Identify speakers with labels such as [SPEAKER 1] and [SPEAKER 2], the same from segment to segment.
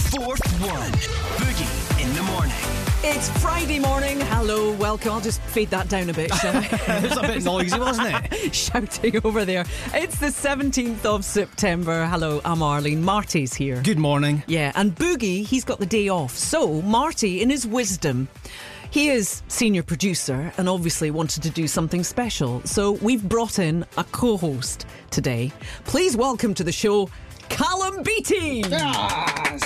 [SPEAKER 1] Fourth one. Boogie in the morning.
[SPEAKER 2] It's Friday morning. Hello, welcome. I'll just fade that down a bit, shall I?
[SPEAKER 3] It was a bit noisy, wasn't it?
[SPEAKER 2] Shouting over there. It's the 17th of September. Hello, I'm Arlene. Marty's here.
[SPEAKER 3] Good morning.
[SPEAKER 2] Yeah, and Boogie, he's got the day off. So, Marty, in his wisdom, he is senior producer and obviously wanted to do something special. So, we've brought in a co host today. Please welcome to the show, Callum Beattie.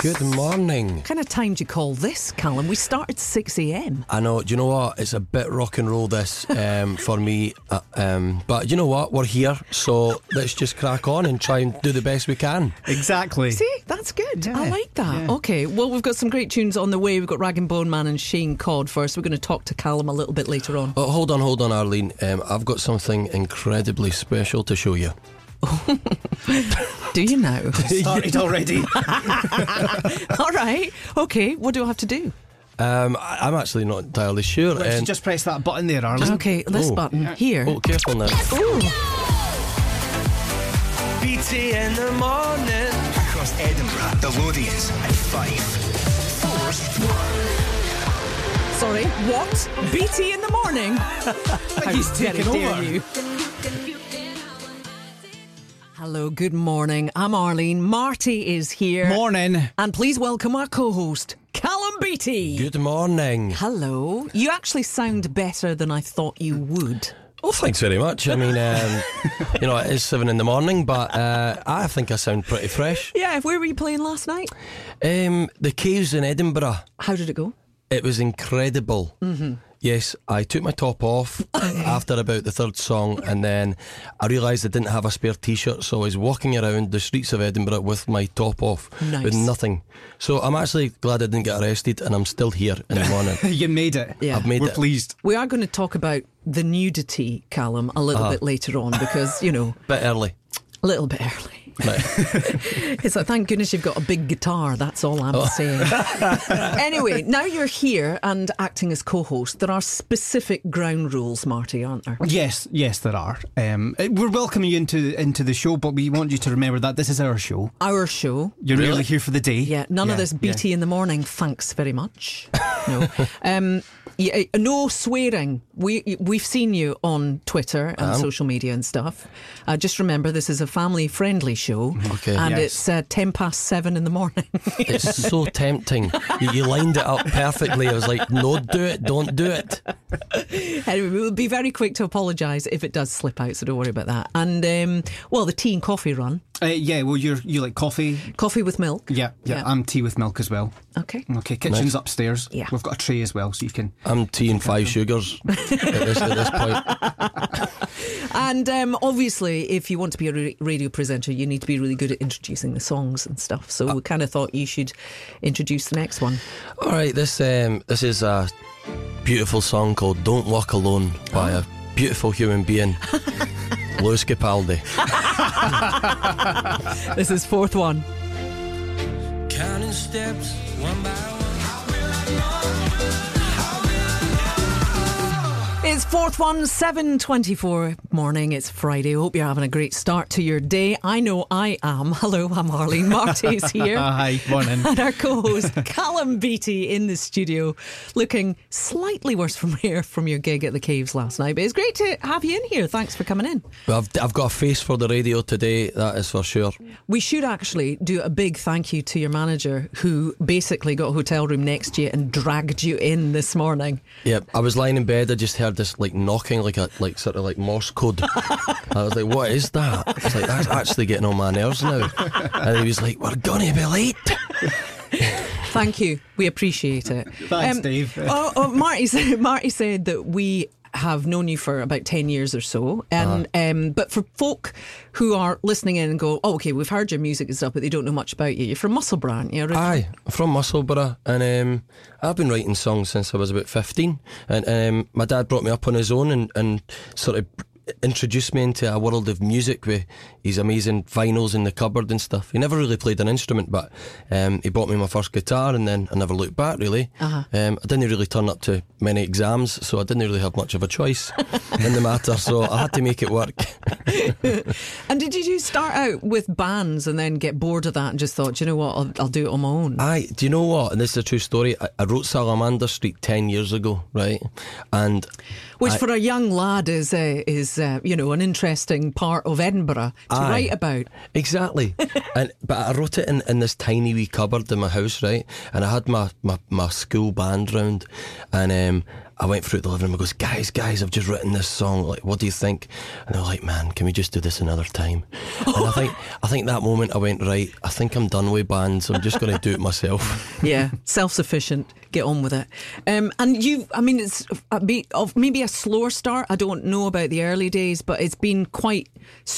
[SPEAKER 4] Good morning.
[SPEAKER 2] Kind of time do you call this, Callum? We start at 6 a.m.
[SPEAKER 4] I know. Do you know what? It's a bit rock and roll this um, for me, uh, um, but you know what? We're here, so let's just crack on and try and do the best we can.
[SPEAKER 3] Exactly.
[SPEAKER 2] See, that's good. I
[SPEAKER 3] Yeah,
[SPEAKER 2] like that.
[SPEAKER 3] yeah.
[SPEAKER 2] Okay, well, we've got some great tunes on the way. We've got Rag and Bone Man and Shane Codd first. We're going to talk to Callum a little bit later on.
[SPEAKER 4] But hold on, hold on, Arlene. Um, I've got something incredibly special to show you.
[SPEAKER 2] Oh, Do you know?
[SPEAKER 3] Started already.
[SPEAKER 2] All right. Okay, what do I have to do?
[SPEAKER 4] Um, I- I'm actually not entirely sure.
[SPEAKER 3] Let's
[SPEAKER 4] and-
[SPEAKER 3] just press that button there, Arlene.
[SPEAKER 2] Okay, this
[SPEAKER 4] Oh.
[SPEAKER 2] button here.
[SPEAKER 4] oh, careful now.
[SPEAKER 2] Ooh,
[SPEAKER 1] BT in the morning. Across Edinburgh, the Lothians at five. Fourth one.
[SPEAKER 2] sorry. What? BT in the morning? How
[SPEAKER 3] he's
[SPEAKER 2] very
[SPEAKER 3] taken
[SPEAKER 2] dare
[SPEAKER 3] over.
[SPEAKER 2] you. Hello, good morning. I'm Arlene. Marty is here.
[SPEAKER 3] Morning.
[SPEAKER 2] And please welcome our co host, Callum Beattie.
[SPEAKER 4] Good morning.
[SPEAKER 2] Hello. You actually sound better than I thought you would.
[SPEAKER 4] Well, Oh, thanks very much. I mean, um, you know, it is seven in the morning, but uh, I think I sound pretty fresh.
[SPEAKER 2] Yeah, where were you playing last night?
[SPEAKER 4] Um, the caves in Edinburgh.
[SPEAKER 2] How did it go?
[SPEAKER 4] It was incredible. Mm-hmm. Yes, I took my top off after about the third song, and then I realised I didn't have a spare T-shirt, so I was walking around the streets of Edinburgh with my top off,
[SPEAKER 2] Nice.
[SPEAKER 4] with nothing. So I'm actually glad I didn't get arrested, and I'm still here in the morning.
[SPEAKER 3] You made it.
[SPEAKER 2] Yeah.
[SPEAKER 4] I've made
[SPEAKER 3] We're
[SPEAKER 4] it.
[SPEAKER 3] pleased.
[SPEAKER 2] We are going to talk about the nudity, Callum, a little bit later on because, you know,
[SPEAKER 4] Bit early.
[SPEAKER 2] a little bit early.
[SPEAKER 4] Right.
[SPEAKER 2] It's like, thank goodness you've got a big guitar. That's all I'm saying. anyway, now you're here and acting as co host. There are specific ground rules, Marty, aren't there?
[SPEAKER 3] Yes, yes, there are. Um, eh, we're welcoming you into into the show, but we want you to remember that this is our show.
[SPEAKER 2] Our show.
[SPEAKER 3] You're really? here for the day.
[SPEAKER 2] Yeah, none of this
[SPEAKER 3] yeah.
[SPEAKER 2] BT in the morning. Thanks very much. No, um, yeah, no swearing. We we've seen you on Twitter and
[SPEAKER 3] Um.
[SPEAKER 2] social media and stuff. Uh, just remember, this is a family-friendly show,
[SPEAKER 4] Okay.
[SPEAKER 2] and
[SPEAKER 3] Yes.
[SPEAKER 2] it's uh, ten past seven in the morning.
[SPEAKER 4] It's so tempting. You, you lined it up perfectly. I was like, no, do it, don't do it.
[SPEAKER 2] anyway, we will be very quick to apologise if it does slip out, so don't worry about that. And um, well, the tea and coffee run,
[SPEAKER 3] Uh, yeah. Well, you're you like coffee.
[SPEAKER 2] coffee with milk.
[SPEAKER 3] Yeah, yeah, I'm tea with milk as well.
[SPEAKER 2] Okay.
[SPEAKER 3] Okay, kitchen's upstairs.
[SPEAKER 2] Yeah.
[SPEAKER 3] We've got a tray as well, so you can.
[SPEAKER 4] I'm tea and five sugars at this, at this point.
[SPEAKER 2] And um, obviously, if you want to be a ra- radio presenter, you need to be really good at introducing the songs and stuff. So we kind of thought you should introduce the next one.
[SPEAKER 4] All right, this um, this is a beautiful song called "Don't Walk Alone" by a beautiful human being, Louis Capaldi.
[SPEAKER 2] This is fourth one.
[SPEAKER 4] Counting steps one by one.
[SPEAKER 2] It's fourth one, 724 morning. It's Friday. Hope you're having a great start to your day. I know I am. Hello, I'm Arlene Marty's here.
[SPEAKER 3] hi, morning.
[SPEAKER 2] And our co host Callum Beattie in the studio, looking slightly worse from here from your gig at the Caves last night. But it's great to have you in here. Thanks for coming in.
[SPEAKER 4] I've, I've got a face for the radio today, that is for sure.
[SPEAKER 2] We should actually do a big thank you to your manager who basically got a hotel room next to you and dragged you in this morning.
[SPEAKER 4] Yep, I was lying in bed. I just heard this like knocking, like a like sort of like Morse code. I was like, "What is that?" I was like, "That's actually getting on my nerves now." And he was like, "We're gonna be late."
[SPEAKER 2] Thank you. We appreciate it.
[SPEAKER 3] Thanks, Dave.
[SPEAKER 2] Oh, oh, Marty, said, Marty said that we have known you for about 10 years or so. And, um, but for folk who are listening in and go, oh, okay, we've heard your music and stuff, but they don't know much about you. You're from Musselburgh, aren't you?
[SPEAKER 4] Aye, I'm from Musselburgh, and um, I've been writing songs since I was about 15. And um, my dad brought me up on his own and, and sort of introduced me into a world of music with his amazing vinyls in the cupboard and stuff. He never really played an instrument, but um, he bought me my first guitar, and then I never looked back really. Um, I didn't really turn up to many exams, so I didn't really have much of a choice in the matter. So I had to make it work.
[SPEAKER 2] And did you start out with bands and then get bored of that and just thought, "Do you know what, I'll, I'll do it on my own?
[SPEAKER 4] I do you know what? And this is a true story. I, I wrote Salamander Street ten years ago, right? And
[SPEAKER 2] Which
[SPEAKER 4] I-
[SPEAKER 2] for a young lad is, uh, is uh, you know, an interesting part of Edinburgh to
[SPEAKER 4] Aye.
[SPEAKER 2] write about.
[SPEAKER 4] Exactly. and but I wrote it in, in this tiny wee cupboard in my house, right? And I had my, my, my school band round and um I went through the living room and goes, Guys, guys, I've just written this song, like what do you think? And they're like, Man, can we just do this another time? and I think I think that moment I went, Right, I think I'm done with bands, I'm just gonna do it myself.
[SPEAKER 2] yeah, self-sufficient. Get on with it. Um, and you, I mean, it's a bit of maybe a slower start. I don't know about the early days, but it's been quite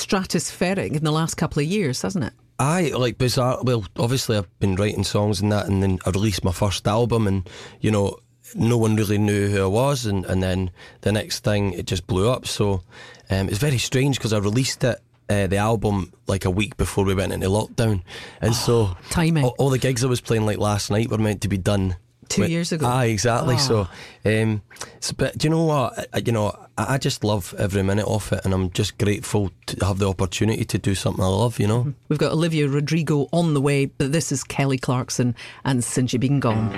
[SPEAKER 2] stratospheric in the last couple of years, hasn't it?
[SPEAKER 4] I like bizarre. Well, obviously I've been writing songs and that, and then I released my first album, and you know, no one really knew who I was, and, and then the next thing it just blew up. So um, it's very strange because I released it. Uh, the album like a week before we went into lockdown, and so
[SPEAKER 2] Ah, timing.
[SPEAKER 4] All, all the gigs I was playing like last night were meant to be done
[SPEAKER 2] Two
[SPEAKER 4] when-
[SPEAKER 2] years ago.
[SPEAKER 4] Aye, exactly.
[SPEAKER 2] Ah.
[SPEAKER 4] So, um, so, but do you know what? I, you know, I, I just love every minute of it, and I'm just grateful to have the opportunity to do something I love. You know.
[SPEAKER 2] We've got Olivia Rodrigo on the way, but this is Kelly Clarkson and Since You've Been Gone.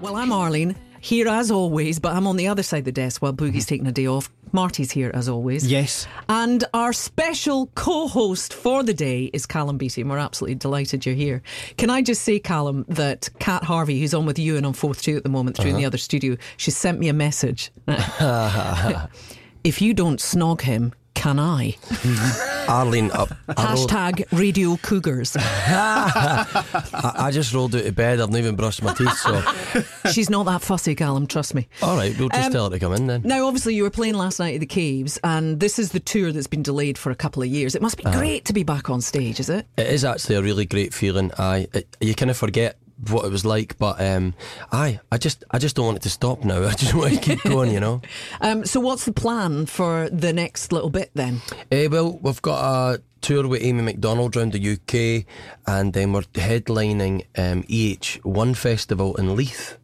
[SPEAKER 2] Well, I'm Arlene, here as always, but I'm on the other side of the desk while Boogie's taking a day off. Marty's here as always.
[SPEAKER 3] Yes.
[SPEAKER 2] And our special co host for the day is Callum Beattie, and we're absolutely delighted you're here. Can I just say, Callum, that Kat Harvey, who's on with you and on 4th 2 at the moment through in the other studio, she sent me a message. if you don't snog him, can I?
[SPEAKER 4] Arlene up. I, rolled-
[SPEAKER 2] Hashtag Radio Cougars.
[SPEAKER 4] I, I just rolled out of bed. I've not even brushed my teeth. So,
[SPEAKER 2] She's not that fussy, Callum, trust me.
[SPEAKER 4] all right, we'll just
[SPEAKER 2] Um,
[SPEAKER 4] tell her to come in then.
[SPEAKER 2] Now, obviously, you were playing last night at the Caves, and this is the tour that's been delayed for a couple of years. It must be great to be back on stage, is it?
[SPEAKER 4] It is actually a really great feeling. I it, you kind of forget what it was like, but um, I I just I just don't want it to stop now. I just want to keep going. You know.
[SPEAKER 2] Um, so, what's the plan for the next little bit then?
[SPEAKER 4] Eh, well, we've got a tour with Amy McDonald round the UK, and then we're headlining um, EH1 Festival in Leith.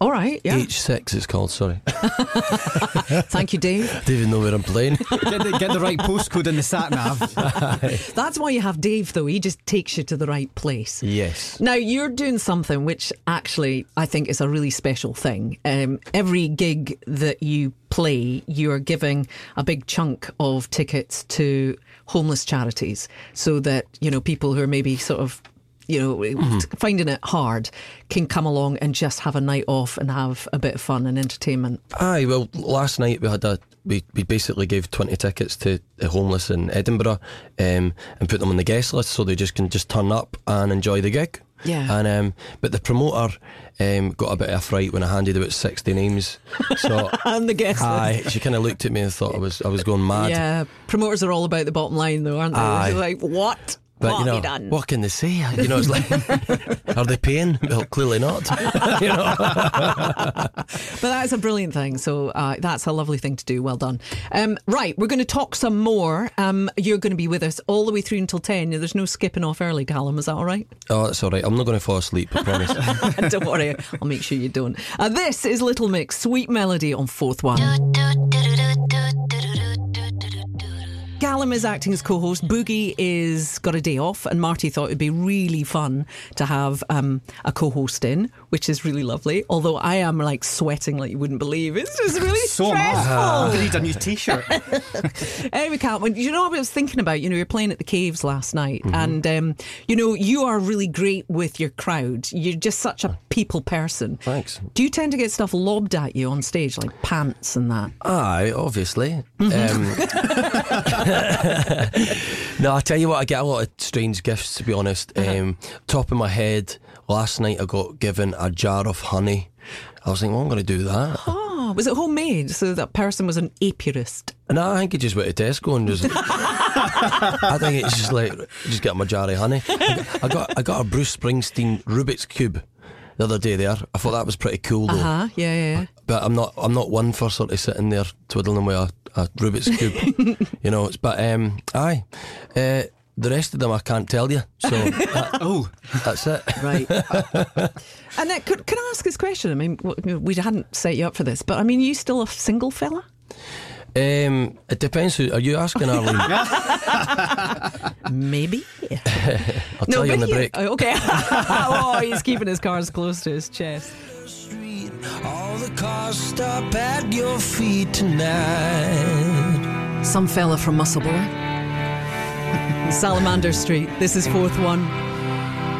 [SPEAKER 2] All right, yeah.
[SPEAKER 4] H6 it's called, sorry. I
[SPEAKER 2] Thank you, Dave.
[SPEAKER 4] don't even know where I'm playing.
[SPEAKER 3] Get the, get the right postcode in the sat nav.
[SPEAKER 2] That's why you have Dave, though. He just takes you to the right place.
[SPEAKER 4] yes.
[SPEAKER 2] Now, you're doing something which actually I think is a really special thing. Um, every gig that you play, you're giving a big chunk of tickets to homeless charities so that, you know, people who are maybe sort of, you know, finding it hard can come along and just have a night off and have a bit of fun and entertainment.
[SPEAKER 4] Aye, well, last night we had a we, we basically gave twenty tickets to the homeless in Edinburgh, um, and put them on the guest list so they just can just turn up and enjoy the gig.
[SPEAKER 2] Yeah.
[SPEAKER 4] And um, but the promoter um, got a bit of a fright when I handed out sixty names. So
[SPEAKER 2] And the guest list.
[SPEAKER 4] aye, she kind of looked at me and thought I was I was going mad.
[SPEAKER 2] Yeah, promoters are all about the bottom line, though, aren't they?
[SPEAKER 4] Aye.
[SPEAKER 2] They're like, what?
[SPEAKER 4] But
[SPEAKER 2] what
[SPEAKER 4] you know,
[SPEAKER 2] have you done?
[SPEAKER 4] what can they say? You know, it's like, are they paying? Well, clearly not. you know,
[SPEAKER 2] But that's a brilliant thing. So uh, that's a lovely thing to do. Well done. Um, right, we're going to talk some more. Um, you're going to be with us all the way through until 10. There's no skipping off early, Callum. Is that all right?
[SPEAKER 4] oh, that's all right. I'm not going to fall asleep. I promise.
[SPEAKER 2] don't worry. I'll make sure you don't. Uh, this is Little Mix, Sweet Melody on Fourth One. Callum is acting as co-host. Boogie is got a day off, and Marty thought it'd be really fun to have um, a co-host in, which is really lovely. Although I am like sweating like you wouldn't believe. It's just really
[SPEAKER 3] So am
[SPEAKER 2] stressful.
[SPEAKER 3] I. I need a new t shirt.
[SPEAKER 2] Anyway, Cal, when- you know what I was thinking about? You know, you were playing at the caves last night,
[SPEAKER 3] Mm-hmm.
[SPEAKER 2] and um, you know, you are really great with your crowd. You're just such a people person.
[SPEAKER 4] Thanks.
[SPEAKER 2] Do you tend to get stuff lobbed at you on stage, like pants and that?
[SPEAKER 3] Ah.
[SPEAKER 4] Aye, obviously. Um, Mm-hmm. no, I tell you what, I get a lot of strange gifts. To be honest, um, top of my head, last night I got given a jar of honey. I was thinking, well, I'm going to do that.
[SPEAKER 2] Oh, was it homemade? So that person was an apiarist.
[SPEAKER 4] And I think he just went to Tesco and just. I think it's just like just get my jar of honey. I got I got a Bruce Springsteen Rubik's cube. the other day there. I thought that was pretty cool though.
[SPEAKER 2] Uh huh. Yeah, yeah, yeah.
[SPEAKER 4] But I'm not I'm not one for sort of sitting there twiddling with a, a Rubik's cube, you know. It's, but um, aye, uh, the rest of them I can't tell you. So that,
[SPEAKER 3] Oh,
[SPEAKER 4] that's it.
[SPEAKER 2] Right. and then, could, can I ask this question? I mean, w- we hadn't set you up for this, but I mean, you still a single fella?
[SPEAKER 4] Um, it depends. Who, are you asking Arlene? I'll
[SPEAKER 2] Maybe.
[SPEAKER 4] tell you on the
[SPEAKER 2] but he-
[SPEAKER 4] break.
[SPEAKER 2] oh, okay. oh, he's keeping his cards close to his chest.
[SPEAKER 4] street. Uh, All the cars stop at your feet tonight.
[SPEAKER 2] Some fella from Musselburgh. Salamander Street. This is fourth one.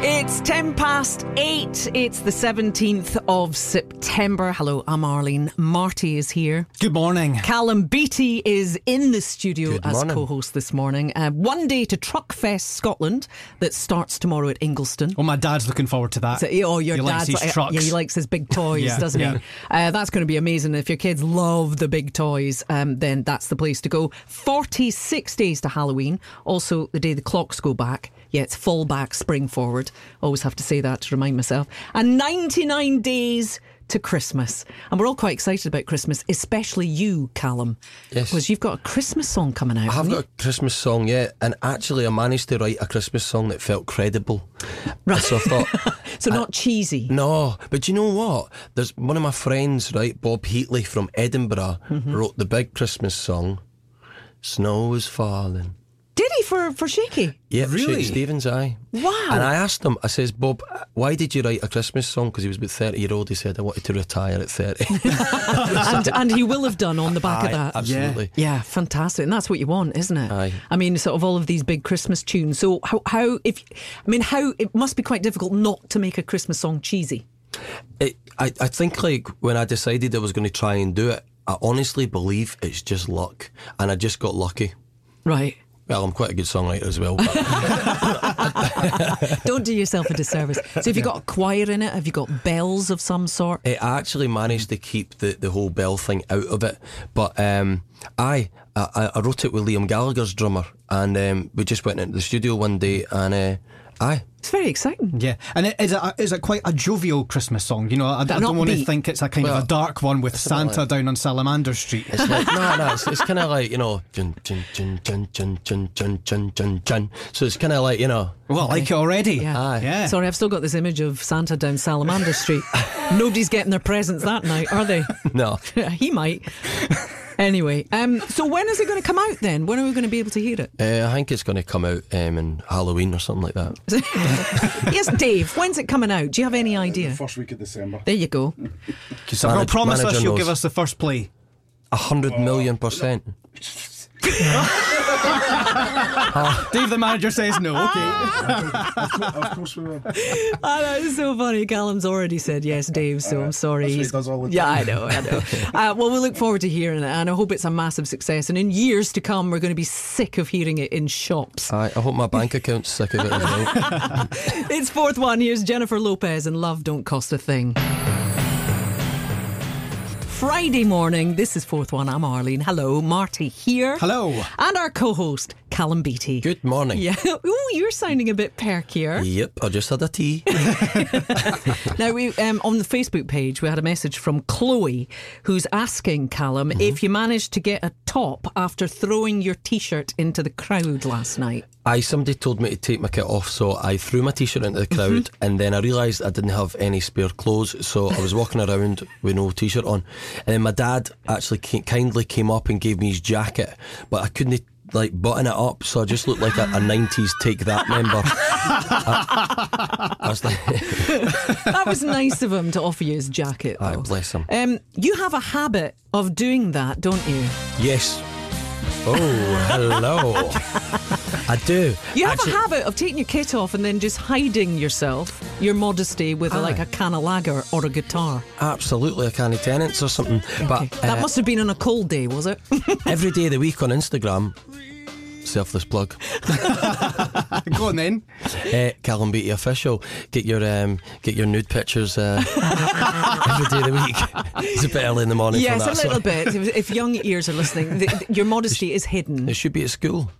[SPEAKER 2] It's 10 past 8. It's the 17th of September. Hello, I'm Arlene. Marty is here.
[SPEAKER 3] good morning.
[SPEAKER 2] Callum Beattie is in the studio
[SPEAKER 4] Good
[SPEAKER 2] as
[SPEAKER 4] morning.
[SPEAKER 2] co host this morning. Uh, one day to Truckfest Scotland that starts tomorrow at Ingleston.
[SPEAKER 3] Well, my dad's looking forward to that.
[SPEAKER 2] So, yeah, oh, your
[SPEAKER 3] He likes
[SPEAKER 2] dad's
[SPEAKER 3] his
[SPEAKER 2] like-
[SPEAKER 3] trucks.
[SPEAKER 2] Yeah, he likes his big toys,
[SPEAKER 3] Yeah,
[SPEAKER 2] doesn't
[SPEAKER 3] yeah.
[SPEAKER 2] he? Uh, that's going to be amazing. If your kids love the big toys, um, then that's the place to go. 46 days to Halloween. Also, the day the clocks go back. Yeah, it's fall back, spring forward. Always have to say that to remind myself. And 99 days to Christmas. And we're all quite excited about Christmas, especially you, Callum.
[SPEAKER 4] Yes.
[SPEAKER 2] Because you've got a Christmas song coming out.
[SPEAKER 4] I have
[SPEAKER 2] haven't
[SPEAKER 4] got a Christmas song yet, and actually, I managed to write a Christmas song that felt credible. Right. So I thought,
[SPEAKER 2] you? So, not cheesy.
[SPEAKER 4] no, but you know what? There's one of my friends, right, Bob Heatley from Edinburgh,
[SPEAKER 2] Mm-hmm.
[SPEAKER 4] wrote the big Christmas song, "Snow is Falling."
[SPEAKER 2] Did he for, for Shaky?
[SPEAKER 4] Yeah,
[SPEAKER 3] Really?
[SPEAKER 4] Shake Stevens, aye.
[SPEAKER 2] Wow.
[SPEAKER 4] And I asked him, I says, Bob, why did you write a Christmas song? Because he was about 30 year old. He said, I wanted to retire at 30.
[SPEAKER 2] and, and he will have done on the back
[SPEAKER 4] Aye,
[SPEAKER 2] of that.
[SPEAKER 4] Absolutely.
[SPEAKER 2] Yeah, fantastic, and that's what you want, isn't it?
[SPEAKER 4] Aye.
[SPEAKER 2] I mean, sort of all of these big Christmas tunes. So how, how if I mean how it must be quite difficult not to make a Christmas song cheesy.
[SPEAKER 4] It, I, I think, like, when I decided I was going to try and do it, I honestly believe it's just luck. And I just got lucky.
[SPEAKER 2] Right.
[SPEAKER 4] Well, I'm quite a good songwriter as well. But
[SPEAKER 2] Don't do yourself a disservice. So have you got a choir in it? Have you got bells of some sort?
[SPEAKER 4] it actually managed to keep the, the whole bell thing out of it. But um, aye, I, I, I wrote it with Liam Gallagher's drummer, and um, we just went into the studio one day, and uh, aye,
[SPEAKER 2] It's very exciting.
[SPEAKER 3] Yeah, and it is a, is it quite a jovial Christmas song? You know, I, I
[SPEAKER 2] not
[SPEAKER 3] don't want to
[SPEAKER 2] beat.
[SPEAKER 3] think it's a kind of
[SPEAKER 4] Well,
[SPEAKER 3] a dark one with
[SPEAKER 4] not
[SPEAKER 3] Santa
[SPEAKER 4] like-
[SPEAKER 3] down on Salamander Street.
[SPEAKER 4] It's like no, no. It's, it's kind of like you know, jun, jun, jun, jun, jun, jun, jun, jun, jun, jun. So it's kind of like you know,
[SPEAKER 3] Well, I like it already.
[SPEAKER 2] Yeah.
[SPEAKER 4] Aye.
[SPEAKER 3] Yeah.
[SPEAKER 2] Sorry, I've still got this image of Santa down Salamander Street. Nobody's getting their presents that night, are they?
[SPEAKER 4] no.
[SPEAKER 2] he might. Anyway, um, so when is it going to come out then? When are we going to be able to hear it?
[SPEAKER 4] Uh, I think it's going to come out um, in Halloween or something like that.
[SPEAKER 2] yes, Dave, when's it coming out? Do you have any idea?
[SPEAKER 5] First week of December.
[SPEAKER 2] There you go.
[SPEAKER 3] I've got to
[SPEAKER 4] Manage-
[SPEAKER 3] promise
[SPEAKER 4] manager
[SPEAKER 3] us you'll
[SPEAKER 4] knows.
[SPEAKER 3] give us the first play.
[SPEAKER 4] A hundred million percent.
[SPEAKER 3] Dave, the manager, says no. Okay.
[SPEAKER 5] of course we will.
[SPEAKER 2] I know, it's so funny. Callum's already said yes, Dave, so I'm sorry.
[SPEAKER 5] that's what he
[SPEAKER 2] He's-
[SPEAKER 5] does all the
[SPEAKER 2] yeah,
[SPEAKER 5] time.
[SPEAKER 2] I know, I know. uh, well, we look forward to hearing it, and I hope it's a massive success. And in years to come, we're going to be sick of hearing it in shops.
[SPEAKER 4] I, I hope my bank account's sick of it as well.
[SPEAKER 2] it's fourth one. Here's Jennifer Lopez and Love Don't Cost a Thing. Friday morning. This is fourth one. I'm Arlene. Hello, Marty here.
[SPEAKER 3] Hello.
[SPEAKER 2] And our co host, Callum Beattie.
[SPEAKER 4] Good morning.
[SPEAKER 2] Yeah. Ooh, you're sounding a bit perkier.
[SPEAKER 4] Yep, I just had a tea.
[SPEAKER 2] Now, we um, on the Facebook page, we had a message from Chloe who's asking Callum
[SPEAKER 4] Mm-hmm.
[SPEAKER 2] if you managed to get a top after throwing your t shirt into the crowd last night.
[SPEAKER 4] I somebody told me to take my kit off, so I threw my t-shirt into the crowd,
[SPEAKER 2] Mm-hmm.
[SPEAKER 4] and then I realised I didn't have any spare clothes, so I was walking around with no t-shirt on. And then my dad actually ca- kindly came up and gave me his jacket, but I couldn't like button it up, so I just looked like a, a '90s Take That member. I, I was like,
[SPEAKER 2] That was nice of him to offer you his jacket.
[SPEAKER 4] Aye,
[SPEAKER 2] though.
[SPEAKER 4] bless him.
[SPEAKER 2] Um, you have a habit of doing that, don't you?
[SPEAKER 4] "Yes, oh hello, I do."
[SPEAKER 2] You have
[SPEAKER 4] Actually-
[SPEAKER 2] a habit of taking your kit off and then just hiding yourself, your modesty, with a, like a can of lager or a guitar.
[SPEAKER 4] Absolutely, a canny tenants or something.
[SPEAKER 2] Okay.
[SPEAKER 4] But
[SPEAKER 2] that
[SPEAKER 4] uh,
[SPEAKER 2] must have been on a cold day, was it?
[SPEAKER 4] every day of the week on Instagram, selfless plug.
[SPEAKER 3] Go on then.
[SPEAKER 4] Uh, Callum Beattie official. Get your um, get your nude pictures uh, every day of the week. It's a bit early in the morning
[SPEAKER 2] yes,
[SPEAKER 4] for
[SPEAKER 2] a
[SPEAKER 4] that. so
[SPEAKER 2] little bit. If, if young ears are listening, th th- your modesty is hidden.
[SPEAKER 4] It should be at school.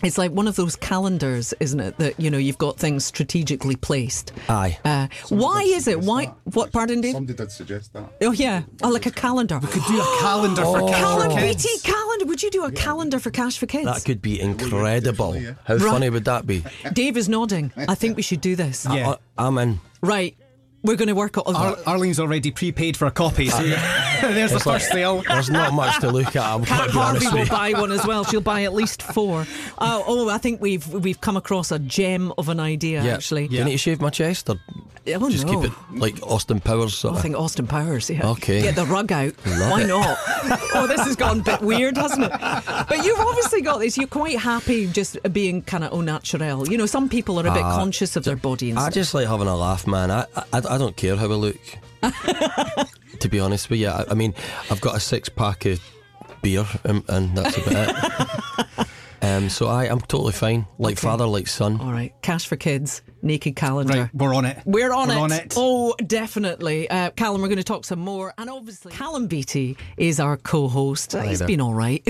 [SPEAKER 2] It's like one of those calendars, isn't it? That you know you've got things strategically placed.
[SPEAKER 4] Aye.
[SPEAKER 2] Uh, why
[SPEAKER 5] did
[SPEAKER 2] is it?
[SPEAKER 5] suggest
[SPEAKER 2] Why?
[SPEAKER 5] that.
[SPEAKER 2] What? Pardon, Dave.
[SPEAKER 5] Somebody did suggest that.
[SPEAKER 2] Oh yeah, oh, like a calendar.
[SPEAKER 3] Could do a calendar for
[SPEAKER 4] Oh.
[SPEAKER 2] Calendar,
[SPEAKER 3] Cash for
[SPEAKER 2] BT
[SPEAKER 3] Kids.
[SPEAKER 2] calendar. Would you do a calendar for Cash for Kids?
[SPEAKER 4] That could be incredible.
[SPEAKER 5] Definitely, yeah.
[SPEAKER 4] How
[SPEAKER 2] Right.
[SPEAKER 4] funny would that be?
[SPEAKER 2] Dave is nodding. I think we should do this.
[SPEAKER 3] Yeah.
[SPEAKER 4] I, am in.
[SPEAKER 2] Right. We're going to work on.
[SPEAKER 3] Ar- Arlene's already prepaid for a copy, so there's the
[SPEAKER 4] It's like-
[SPEAKER 3] first sale.
[SPEAKER 4] There's not much to look at. I'm
[SPEAKER 2] Kat
[SPEAKER 4] going to
[SPEAKER 2] Harvey
[SPEAKER 4] be honest
[SPEAKER 2] will
[SPEAKER 4] with you.
[SPEAKER 2] buy one as well. She'll buy at least four. Uh, oh, I think we've we've come across a gem of an idea.
[SPEAKER 4] Yeah.
[SPEAKER 2] Actually,
[SPEAKER 4] Do you need to shave my chest or
[SPEAKER 2] Oh,
[SPEAKER 4] just
[SPEAKER 2] no.
[SPEAKER 4] keep it like Austin Powers sort
[SPEAKER 2] I
[SPEAKER 4] of?
[SPEAKER 2] think Austin Powers. Yeah.
[SPEAKER 4] Okay.
[SPEAKER 2] Get the rug out.
[SPEAKER 4] Love
[SPEAKER 2] Why
[SPEAKER 4] it.
[SPEAKER 2] not? oh, this has gone a bit weird, hasn't it? But you've obviously got this. You're quite happy just being kind of au naturel. You know, some people are a bit conscious of their body and
[SPEAKER 4] Ah, I
[SPEAKER 2] stuff.
[SPEAKER 4] just like having a laugh, man. I I, I don't care how I look. to be honest with you, I, I mean, I've got a six pack of beer, and, and that's about it. Um, so I, I'm totally fine, like father, like son.
[SPEAKER 2] All right. Cash for kids. Naked calendar.
[SPEAKER 3] Right, we're on it.
[SPEAKER 2] We're on it.
[SPEAKER 3] on it.
[SPEAKER 2] Oh, definitely. Uh, Callum, we're going to talk some more. And obviously, Callum Beattie is our co host. He's
[SPEAKER 4] there.
[SPEAKER 2] been all right.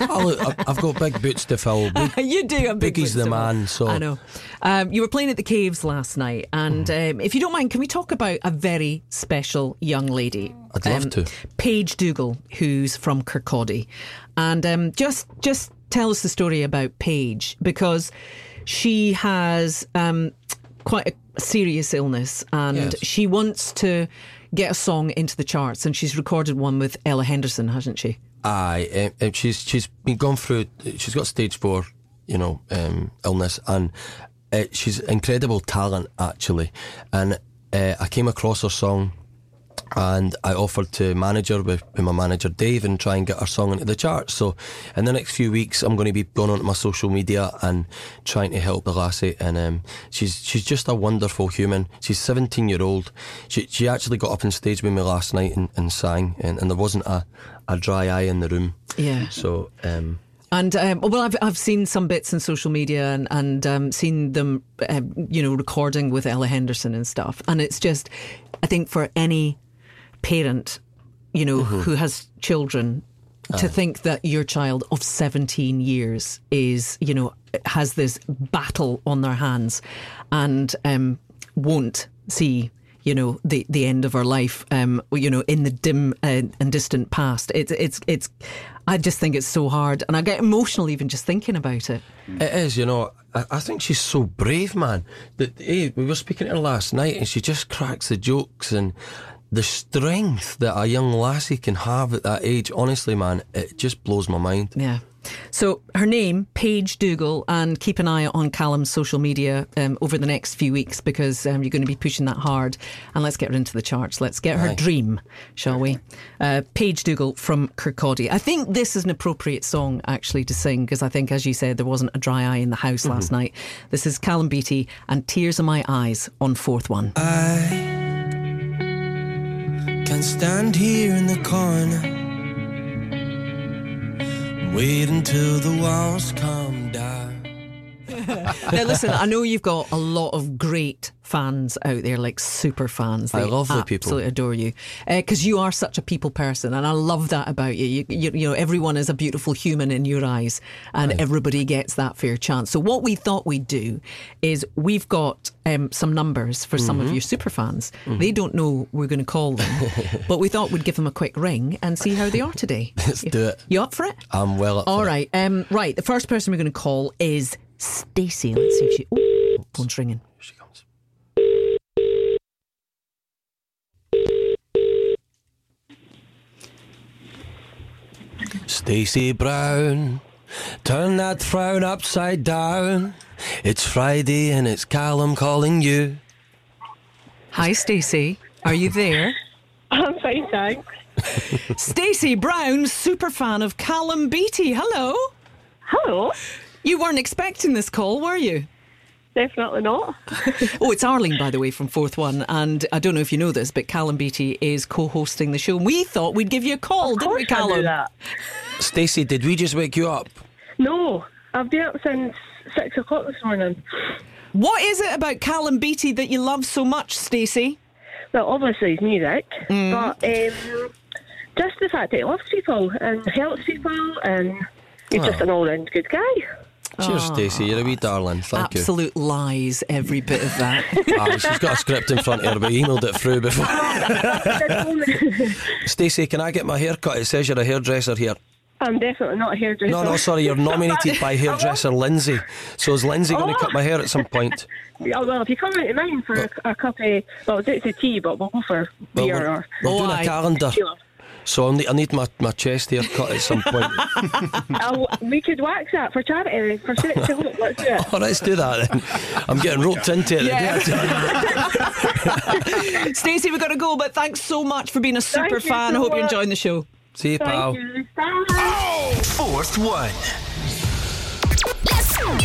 [SPEAKER 4] oh, look, I've, I've got big boots to fill. Big,
[SPEAKER 2] you do. A big
[SPEAKER 4] Biggie's the
[SPEAKER 2] wisdom.
[SPEAKER 4] man, so-
[SPEAKER 2] I know. Um, you were playing at the Caves last night. And
[SPEAKER 4] Mm.
[SPEAKER 2] um, if you don't mind, can we talk about a very special young lady? Um,
[SPEAKER 4] I'd love to.
[SPEAKER 2] Paige Dougal, who's from Kirkcaldy. And um, just, just tell us the story about Paige because she has um, quite a serious illness and
[SPEAKER 4] Yes.
[SPEAKER 2] she wants to get a song into the charts. And she's recorded one with Ella Henderson, hasn't she?
[SPEAKER 4] Aye, um, um, she's she's been gone through. She's got stage four, you know, um, illness, and uh, she's incredible talent actually. And uh, I came across her song, and I offered to manage her with, with my manager Dave and try and get her song into the charts. So, in the next few weeks, I'm going to be going onto my social media and trying to help the lassie. And um, she's she's just a wonderful human. She's 17 year old. She she actually got up on stage with me last night and, and sang, and, and there wasn't a a dry eye in the room.
[SPEAKER 2] Yeah.
[SPEAKER 4] So, um,
[SPEAKER 2] And um, well, I've I've seen some bits in social media and and um, seen them, um, you know, recording with Ella Henderson and stuff. And it's just, I think for any parent, you know, who has children, to think that your child of seventeen years is, you know, has this battle on their hands, and um, won't see. You know the the end of her life. Um, you know, in the dim uh, and distant past, it's it's it's I just think it's so hard, and I get emotional even just thinking about it.
[SPEAKER 4] It is, you know. I, I think she's so brave, man. That eh, we were speaking to her last night, and she just cracks the jokes and the strength that a young lassie can have at that age. Honestly, man, it just blows my mind.
[SPEAKER 2] Yeah. So her name, Paige Dougal, and keep an eye on Callum's social media um, over the next few weeks because um, you're going to be pushing that hard. And let's get her into the charts. Let's get her
[SPEAKER 4] Aye.
[SPEAKER 2] dream, shall we? Uh, Paige Dougal from Kirkcaldy. I think this is an appropriate song actually to sing because I think, as you said, there wasn't a dry eye in the house last night. This is Callum Beattie and Tears in My Eyes on fourth one.
[SPEAKER 6] I can stand here in the corner, wait until the walls come down.
[SPEAKER 2] Now, listen, I know you've got a lot of great fans out there, like super fans.
[SPEAKER 4] I
[SPEAKER 2] They
[SPEAKER 4] love the people.
[SPEAKER 2] Absolutely adore you because you are such a people person, and I love that about you. You, you. you know, everyone is a beautiful human in your eyes, and everybody gets that fair chance. So, what we thought we'd do is we've got um, some numbers for some
[SPEAKER 4] Mm-hmm.
[SPEAKER 2] of your super fans. They don't know we're going to call them, but we thought we'd give them a quick ring and see how they are today.
[SPEAKER 4] Let's do it.
[SPEAKER 2] You up for it?
[SPEAKER 4] I'm well. Up for
[SPEAKER 2] All
[SPEAKER 4] it.
[SPEAKER 2] right, um, right. The first person we're going to call is Stacey. Let's see if she. Oh, phone's ringing.
[SPEAKER 4] Here she comes. Stacey Brown, turn that frown upside down. It's Friday and it's Callum calling you.
[SPEAKER 2] Hi, Stacey. Are you there?
[SPEAKER 7] I'm fine, thanks.
[SPEAKER 2] Stacey Brown, super fan of Callum Beattie. Hello.
[SPEAKER 7] Hello.
[SPEAKER 2] You weren't expecting this call, were you?
[SPEAKER 7] Definitely not.
[SPEAKER 2] Oh, it's Arlene, by the way, from Fourth One. And I don't know if you know this, but Callum Beattie is co hosting the show. And we thought we'd give you a call,
[SPEAKER 7] Of
[SPEAKER 2] didn't
[SPEAKER 7] course
[SPEAKER 2] we,
[SPEAKER 7] I
[SPEAKER 2] Callum?
[SPEAKER 7] knew that.
[SPEAKER 4] Stacey, did we just wake you up?
[SPEAKER 7] No, I've been up since six o'clock this morning.
[SPEAKER 2] What is it about Callum Beattie that you love so much, Stacey?
[SPEAKER 7] Well, obviously he's music,
[SPEAKER 4] Mm.
[SPEAKER 7] but um, just the fact that he loves people and helps people and he's just an all-round good guy.
[SPEAKER 4] Cheers, Stacey. You're a wee darling. Thank
[SPEAKER 2] Absolute lies, every bit of that.
[SPEAKER 4] you. Ah, she's got a script in front of her, but emailed it through before. Stacey, can I get my hair cut? It says you're a hairdresser here.
[SPEAKER 7] I'm definitely not a hairdresser.
[SPEAKER 4] No, no, sorry, you're nominated by hairdresser Lindsay. So is Lindsay going to cut my hair at some point?
[SPEAKER 7] Yeah, well, if you come round to mine for a, a cup of, well, it's a tea, but we'll go for
[SPEAKER 4] Well,
[SPEAKER 7] beer
[SPEAKER 4] we're,
[SPEAKER 7] or
[SPEAKER 4] we're
[SPEAKER 2] Oh,
[SPEAKER 4] doing
[SPEAKER 2] aye.
[SPEAKER 4] a calendar.
[SPEAKER 7] tequila.
[SPEAKER 4] So I'll need, I need my, my chest hair cut at some point.
[SPEAKER 7] I'll, we could wax that for charity for six to look. Let's do it.
[SPEAKER 4] oh, let's do that then. I'm getting roped into it.
[SPEAKER 2] Yeah. Stacey, we've got to go, but thanks so much for being a
[SPEAKER 7] Thank
[SPEAKER 2] super
[SPEAKER 7] you
[SPEAKER 2] fan. I
[SPEAKER 7] so
[SPEAKER 2] hope you're
[SPEAKER 7] much.
[SPEAKER 2] enjoying the show.
[SPEAKER 4] See you, pal.
[SPEAKER 7] Thank you. Bye.
[SPEAKER 1] Fourth one.
[SPEAKER 8] Let's go!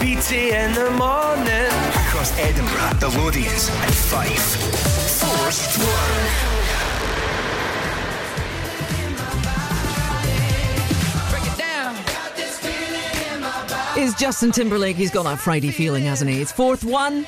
[SPEAKER 1] BT in the morning. Across Edinburgh, the Lothians, and Fife. Fourth one.
[SPEAKER 2] Is Justin Timberlake? He's got that Friday feeling, hasn't he? It's fourth one.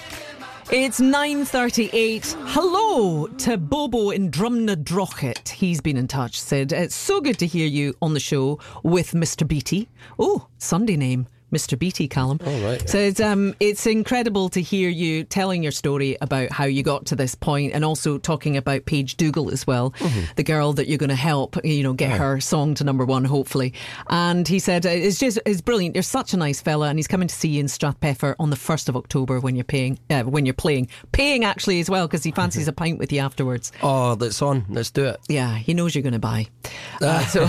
[SPEAKER 2] It's 9.38. Hello to Bobo in Drumnadrochit. He's been in touch, said, it's so good to hear you on the show with Mr. Beatty. Oh, Sunday name, Mr. Beatty, Callum. All
[SPEAKER 4] right.
[SPEAKER 2] Said, um, it's incredible to hear you telling your story about how you got to this point and also talking about Paige Dougal as well, the girl that you're going to help, you know, get her song to number one, hopefully. And he said, uh, it's just, it's brilliant. You're such a nice fella and he's coming to see you in Strathpeffer on the 1st of October when you're paying, uh, when you're playing. Paying actually as well because he fancies a pint with you afterwards.
[SPEAKER 4] Oh, that's on. Let's do it.
[SPEAKER 2] Yeah, he knows you're going to buy. Uh, so,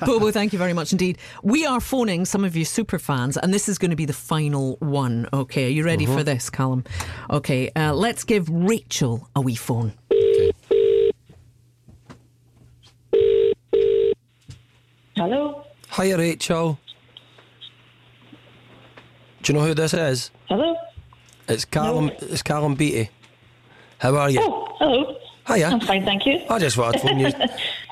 [SPEAKER 2] Bobo, thank you very much indeed. We are phoning some of you super fans, and this is going to be the final one. Okay, are you ready for this, Callum? Okay, uh, let's give Rachel a wee phone.
[SPEAKER 9] Hello?
[SPEAKER 4] Hi, Rachel. Do you know who this is?
[SPEAKER 9] Hello?
[SPEAKER 4] It's Callum. It's Callum Beatty. How are you?
[SPEAKER 9] Oh, hello.
[SPEAKER 4] Hiya.
[SPEAKER 9] I'm fine, thank you.
[SPEAKER 4] I just wanted to phone you.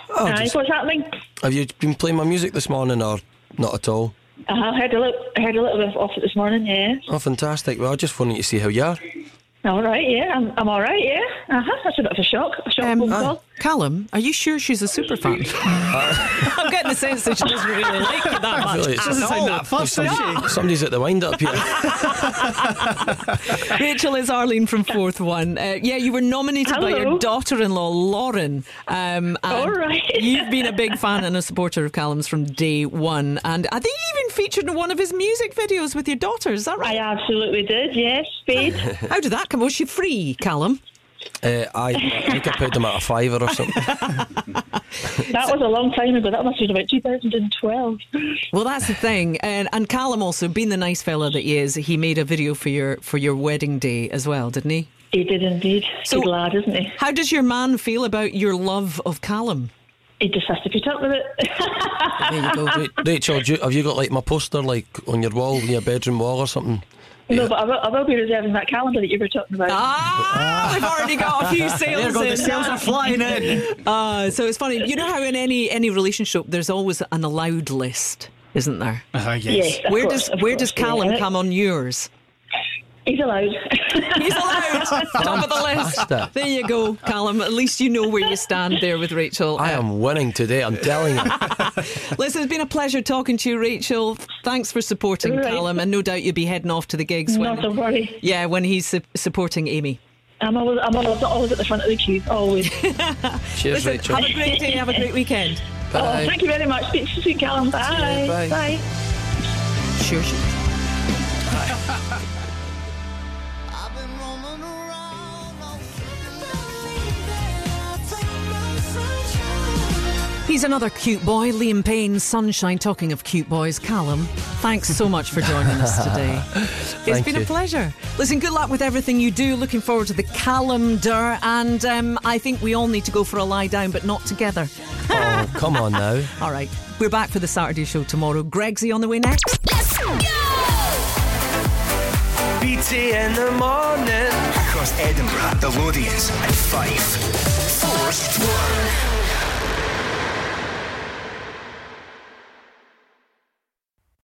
[SPEAKER 4] Oh,
[SPEAKER 9] Hi,
[SPEAKER 4] just-
[SPEAKER 9] what's happening?
[SPEAKER 4] have you been playing my music this morning or not at all?
[SPEAKER 9] Uh, I heard a little, I heard a little bit off it this morning, yeah.
[SPEAKER 4] Oh, fantastic. Well, I just wanted to see how you are.
[SPEAKER 9] All right, yeah, I'm, I'm all right, yeah. Uh-huh, that's a bit of a shock, a
[SPEAKER 2] Um,
[SPEAKER 9] shock phone
[SPEAKER 2] oh.
[SPEAKER 9] call.
[SPEAKER 2] Callum, are you sure she's a super fan? I'm getting the sense that she doesn't really like you that much.
[SPEAKER 4] Really, it's-
[SPEAKER 2] at
[SPEAKER 3] Doesn't sound
[SPEAKER 2] all.
[SPEAKER 3] that fussed, does she?
[SPEAKER 4] Somebody's at the wind up here. Uh,
[SPEAKER 2] Rachel is Arlene from Fourth One. Uh, yeah, you were nominated by
[SPEAKER 9] Hello.
[SPEAKER 2] your daughter-in-law Lauren. Um, and
[SPEAKER 9] All right.
[SPEAKER 2] you've been a big fan and a supporter of Callum's from day one, and I think you even featured in one of his music videos with your daughter. Is that
[SPEAKER 9] I
[SPEAKER 2] right?
[SPEAKER 9] absolutely did, yes, Spade.
[SPEAKER 2] How did that come? Was she free, Callum?
[SPEAKER 4] Uh, I I think I paid them at a fiver or something.
[SPEAKER 9] that was a long time ago, that must have been about 2012.
[SPEAKER 2] Well, that's the thing, and and Callum also, being the nice fella that he is, he made a video for your for your wedding day as well, didn't he?
[SPEAKER 9] He did indeed.
[SPEAKER 2] So-
[SPEAKER 9] Good lad, isn't he?
[SPEAKER 2] How does your man feel about your love of Callum?
[SPEAKER 9] He just has to put up with it.
[SPEAKER 2] There you go.
[SPEAKER 4] Ra- Rachel, do you, have you got like my poster like on your wall, in your bedroom wall or something?
[SPEAKER 9] no, but I will, I will be reserving that calendar that you were talking about.
[SPEAKER 2] Ah, we've already got a few sales
[SPEAKER 3] There go, the
[SPEAKER 2] in.
[SPEAKER 3] sales are flying in.
[SPEAKER 2] Uh, so it's funny. You know how in any any relationship there's always an allowed list, isn't there?
[SPEAKER 3] Ah, yes.
[SPEAKER 9] yes, of
[SPEAKER 2] where
[SPEAKER 9] course,
[SPEAKER 2] does
[SPEAKER 9] of
[SPEAKER 2] where
[SPEAKER 9] course,
[SPEAKER 2] does Callum
[SPEAKER 9] yeah.
[SPEAKER 2] come on yours?
[SPEAKER 9] He's allowed.
[SPEAKER 2] He's allowed. Top of the list.
[SPEAKER 4] Fantastic.
[SPEAKER 2] There you go, Callum. At least you know where you stand there with Rachel.
[SPEAKER 4] I am winning today, I'm telling you.
[SPEAKER 2] Listen, it's been a pleasure talking to you, Rachel. Thanks for supporting
[SPEAKER 9] Right.
[SPEAKER 2] Callum, and no doubt you'll be heading off to the gigs when
[SPEAKER 9] Not a worry.
[SPEAKER 2] yeah when he's su- supporting Amy.
[SPEAKER 9] I'm always, I'm always, always at the front of the queue, always.
[SPEAKER 4] Cheers, Rachel.
[SPEAKER 2] Have a great day. Have a great weekend.
[SPEAKER 9] Oh, thank you very much. Speak to you soon, Callum. Bye.
[SPEAKER 4] Bye.
[SPEAKER 9] Bye.
[SPEAKER 2] Sure. sure.
[SPEAKER 8] I've been roaming around all Sunday.
[SPEAKER 2] He's another cute boy, Liam Payne, Sunshine. Talking of cute boys, Callum, thanks so much for joining us today. It's
[SPEAKER 4] Thank
[SPEAKER 2] been a
[SPEAKER 4] you.
[SPEAKER 2] pleasure. Listen, good luck with everything you do. Looking forward to the calendar. And um, I think we all need to go for a lie down, but not together.
[SPEAKER 4] Oh, come on now.
[SPEAKER 2] All right, we're back for the Saturday show tomorrow. Gregsy on the way next.
[SPEAKER 8] Let's go!
[SPEAKER 1] BT in the morning. Across Edinburgh, the Lothians, and Fife. Fourth one.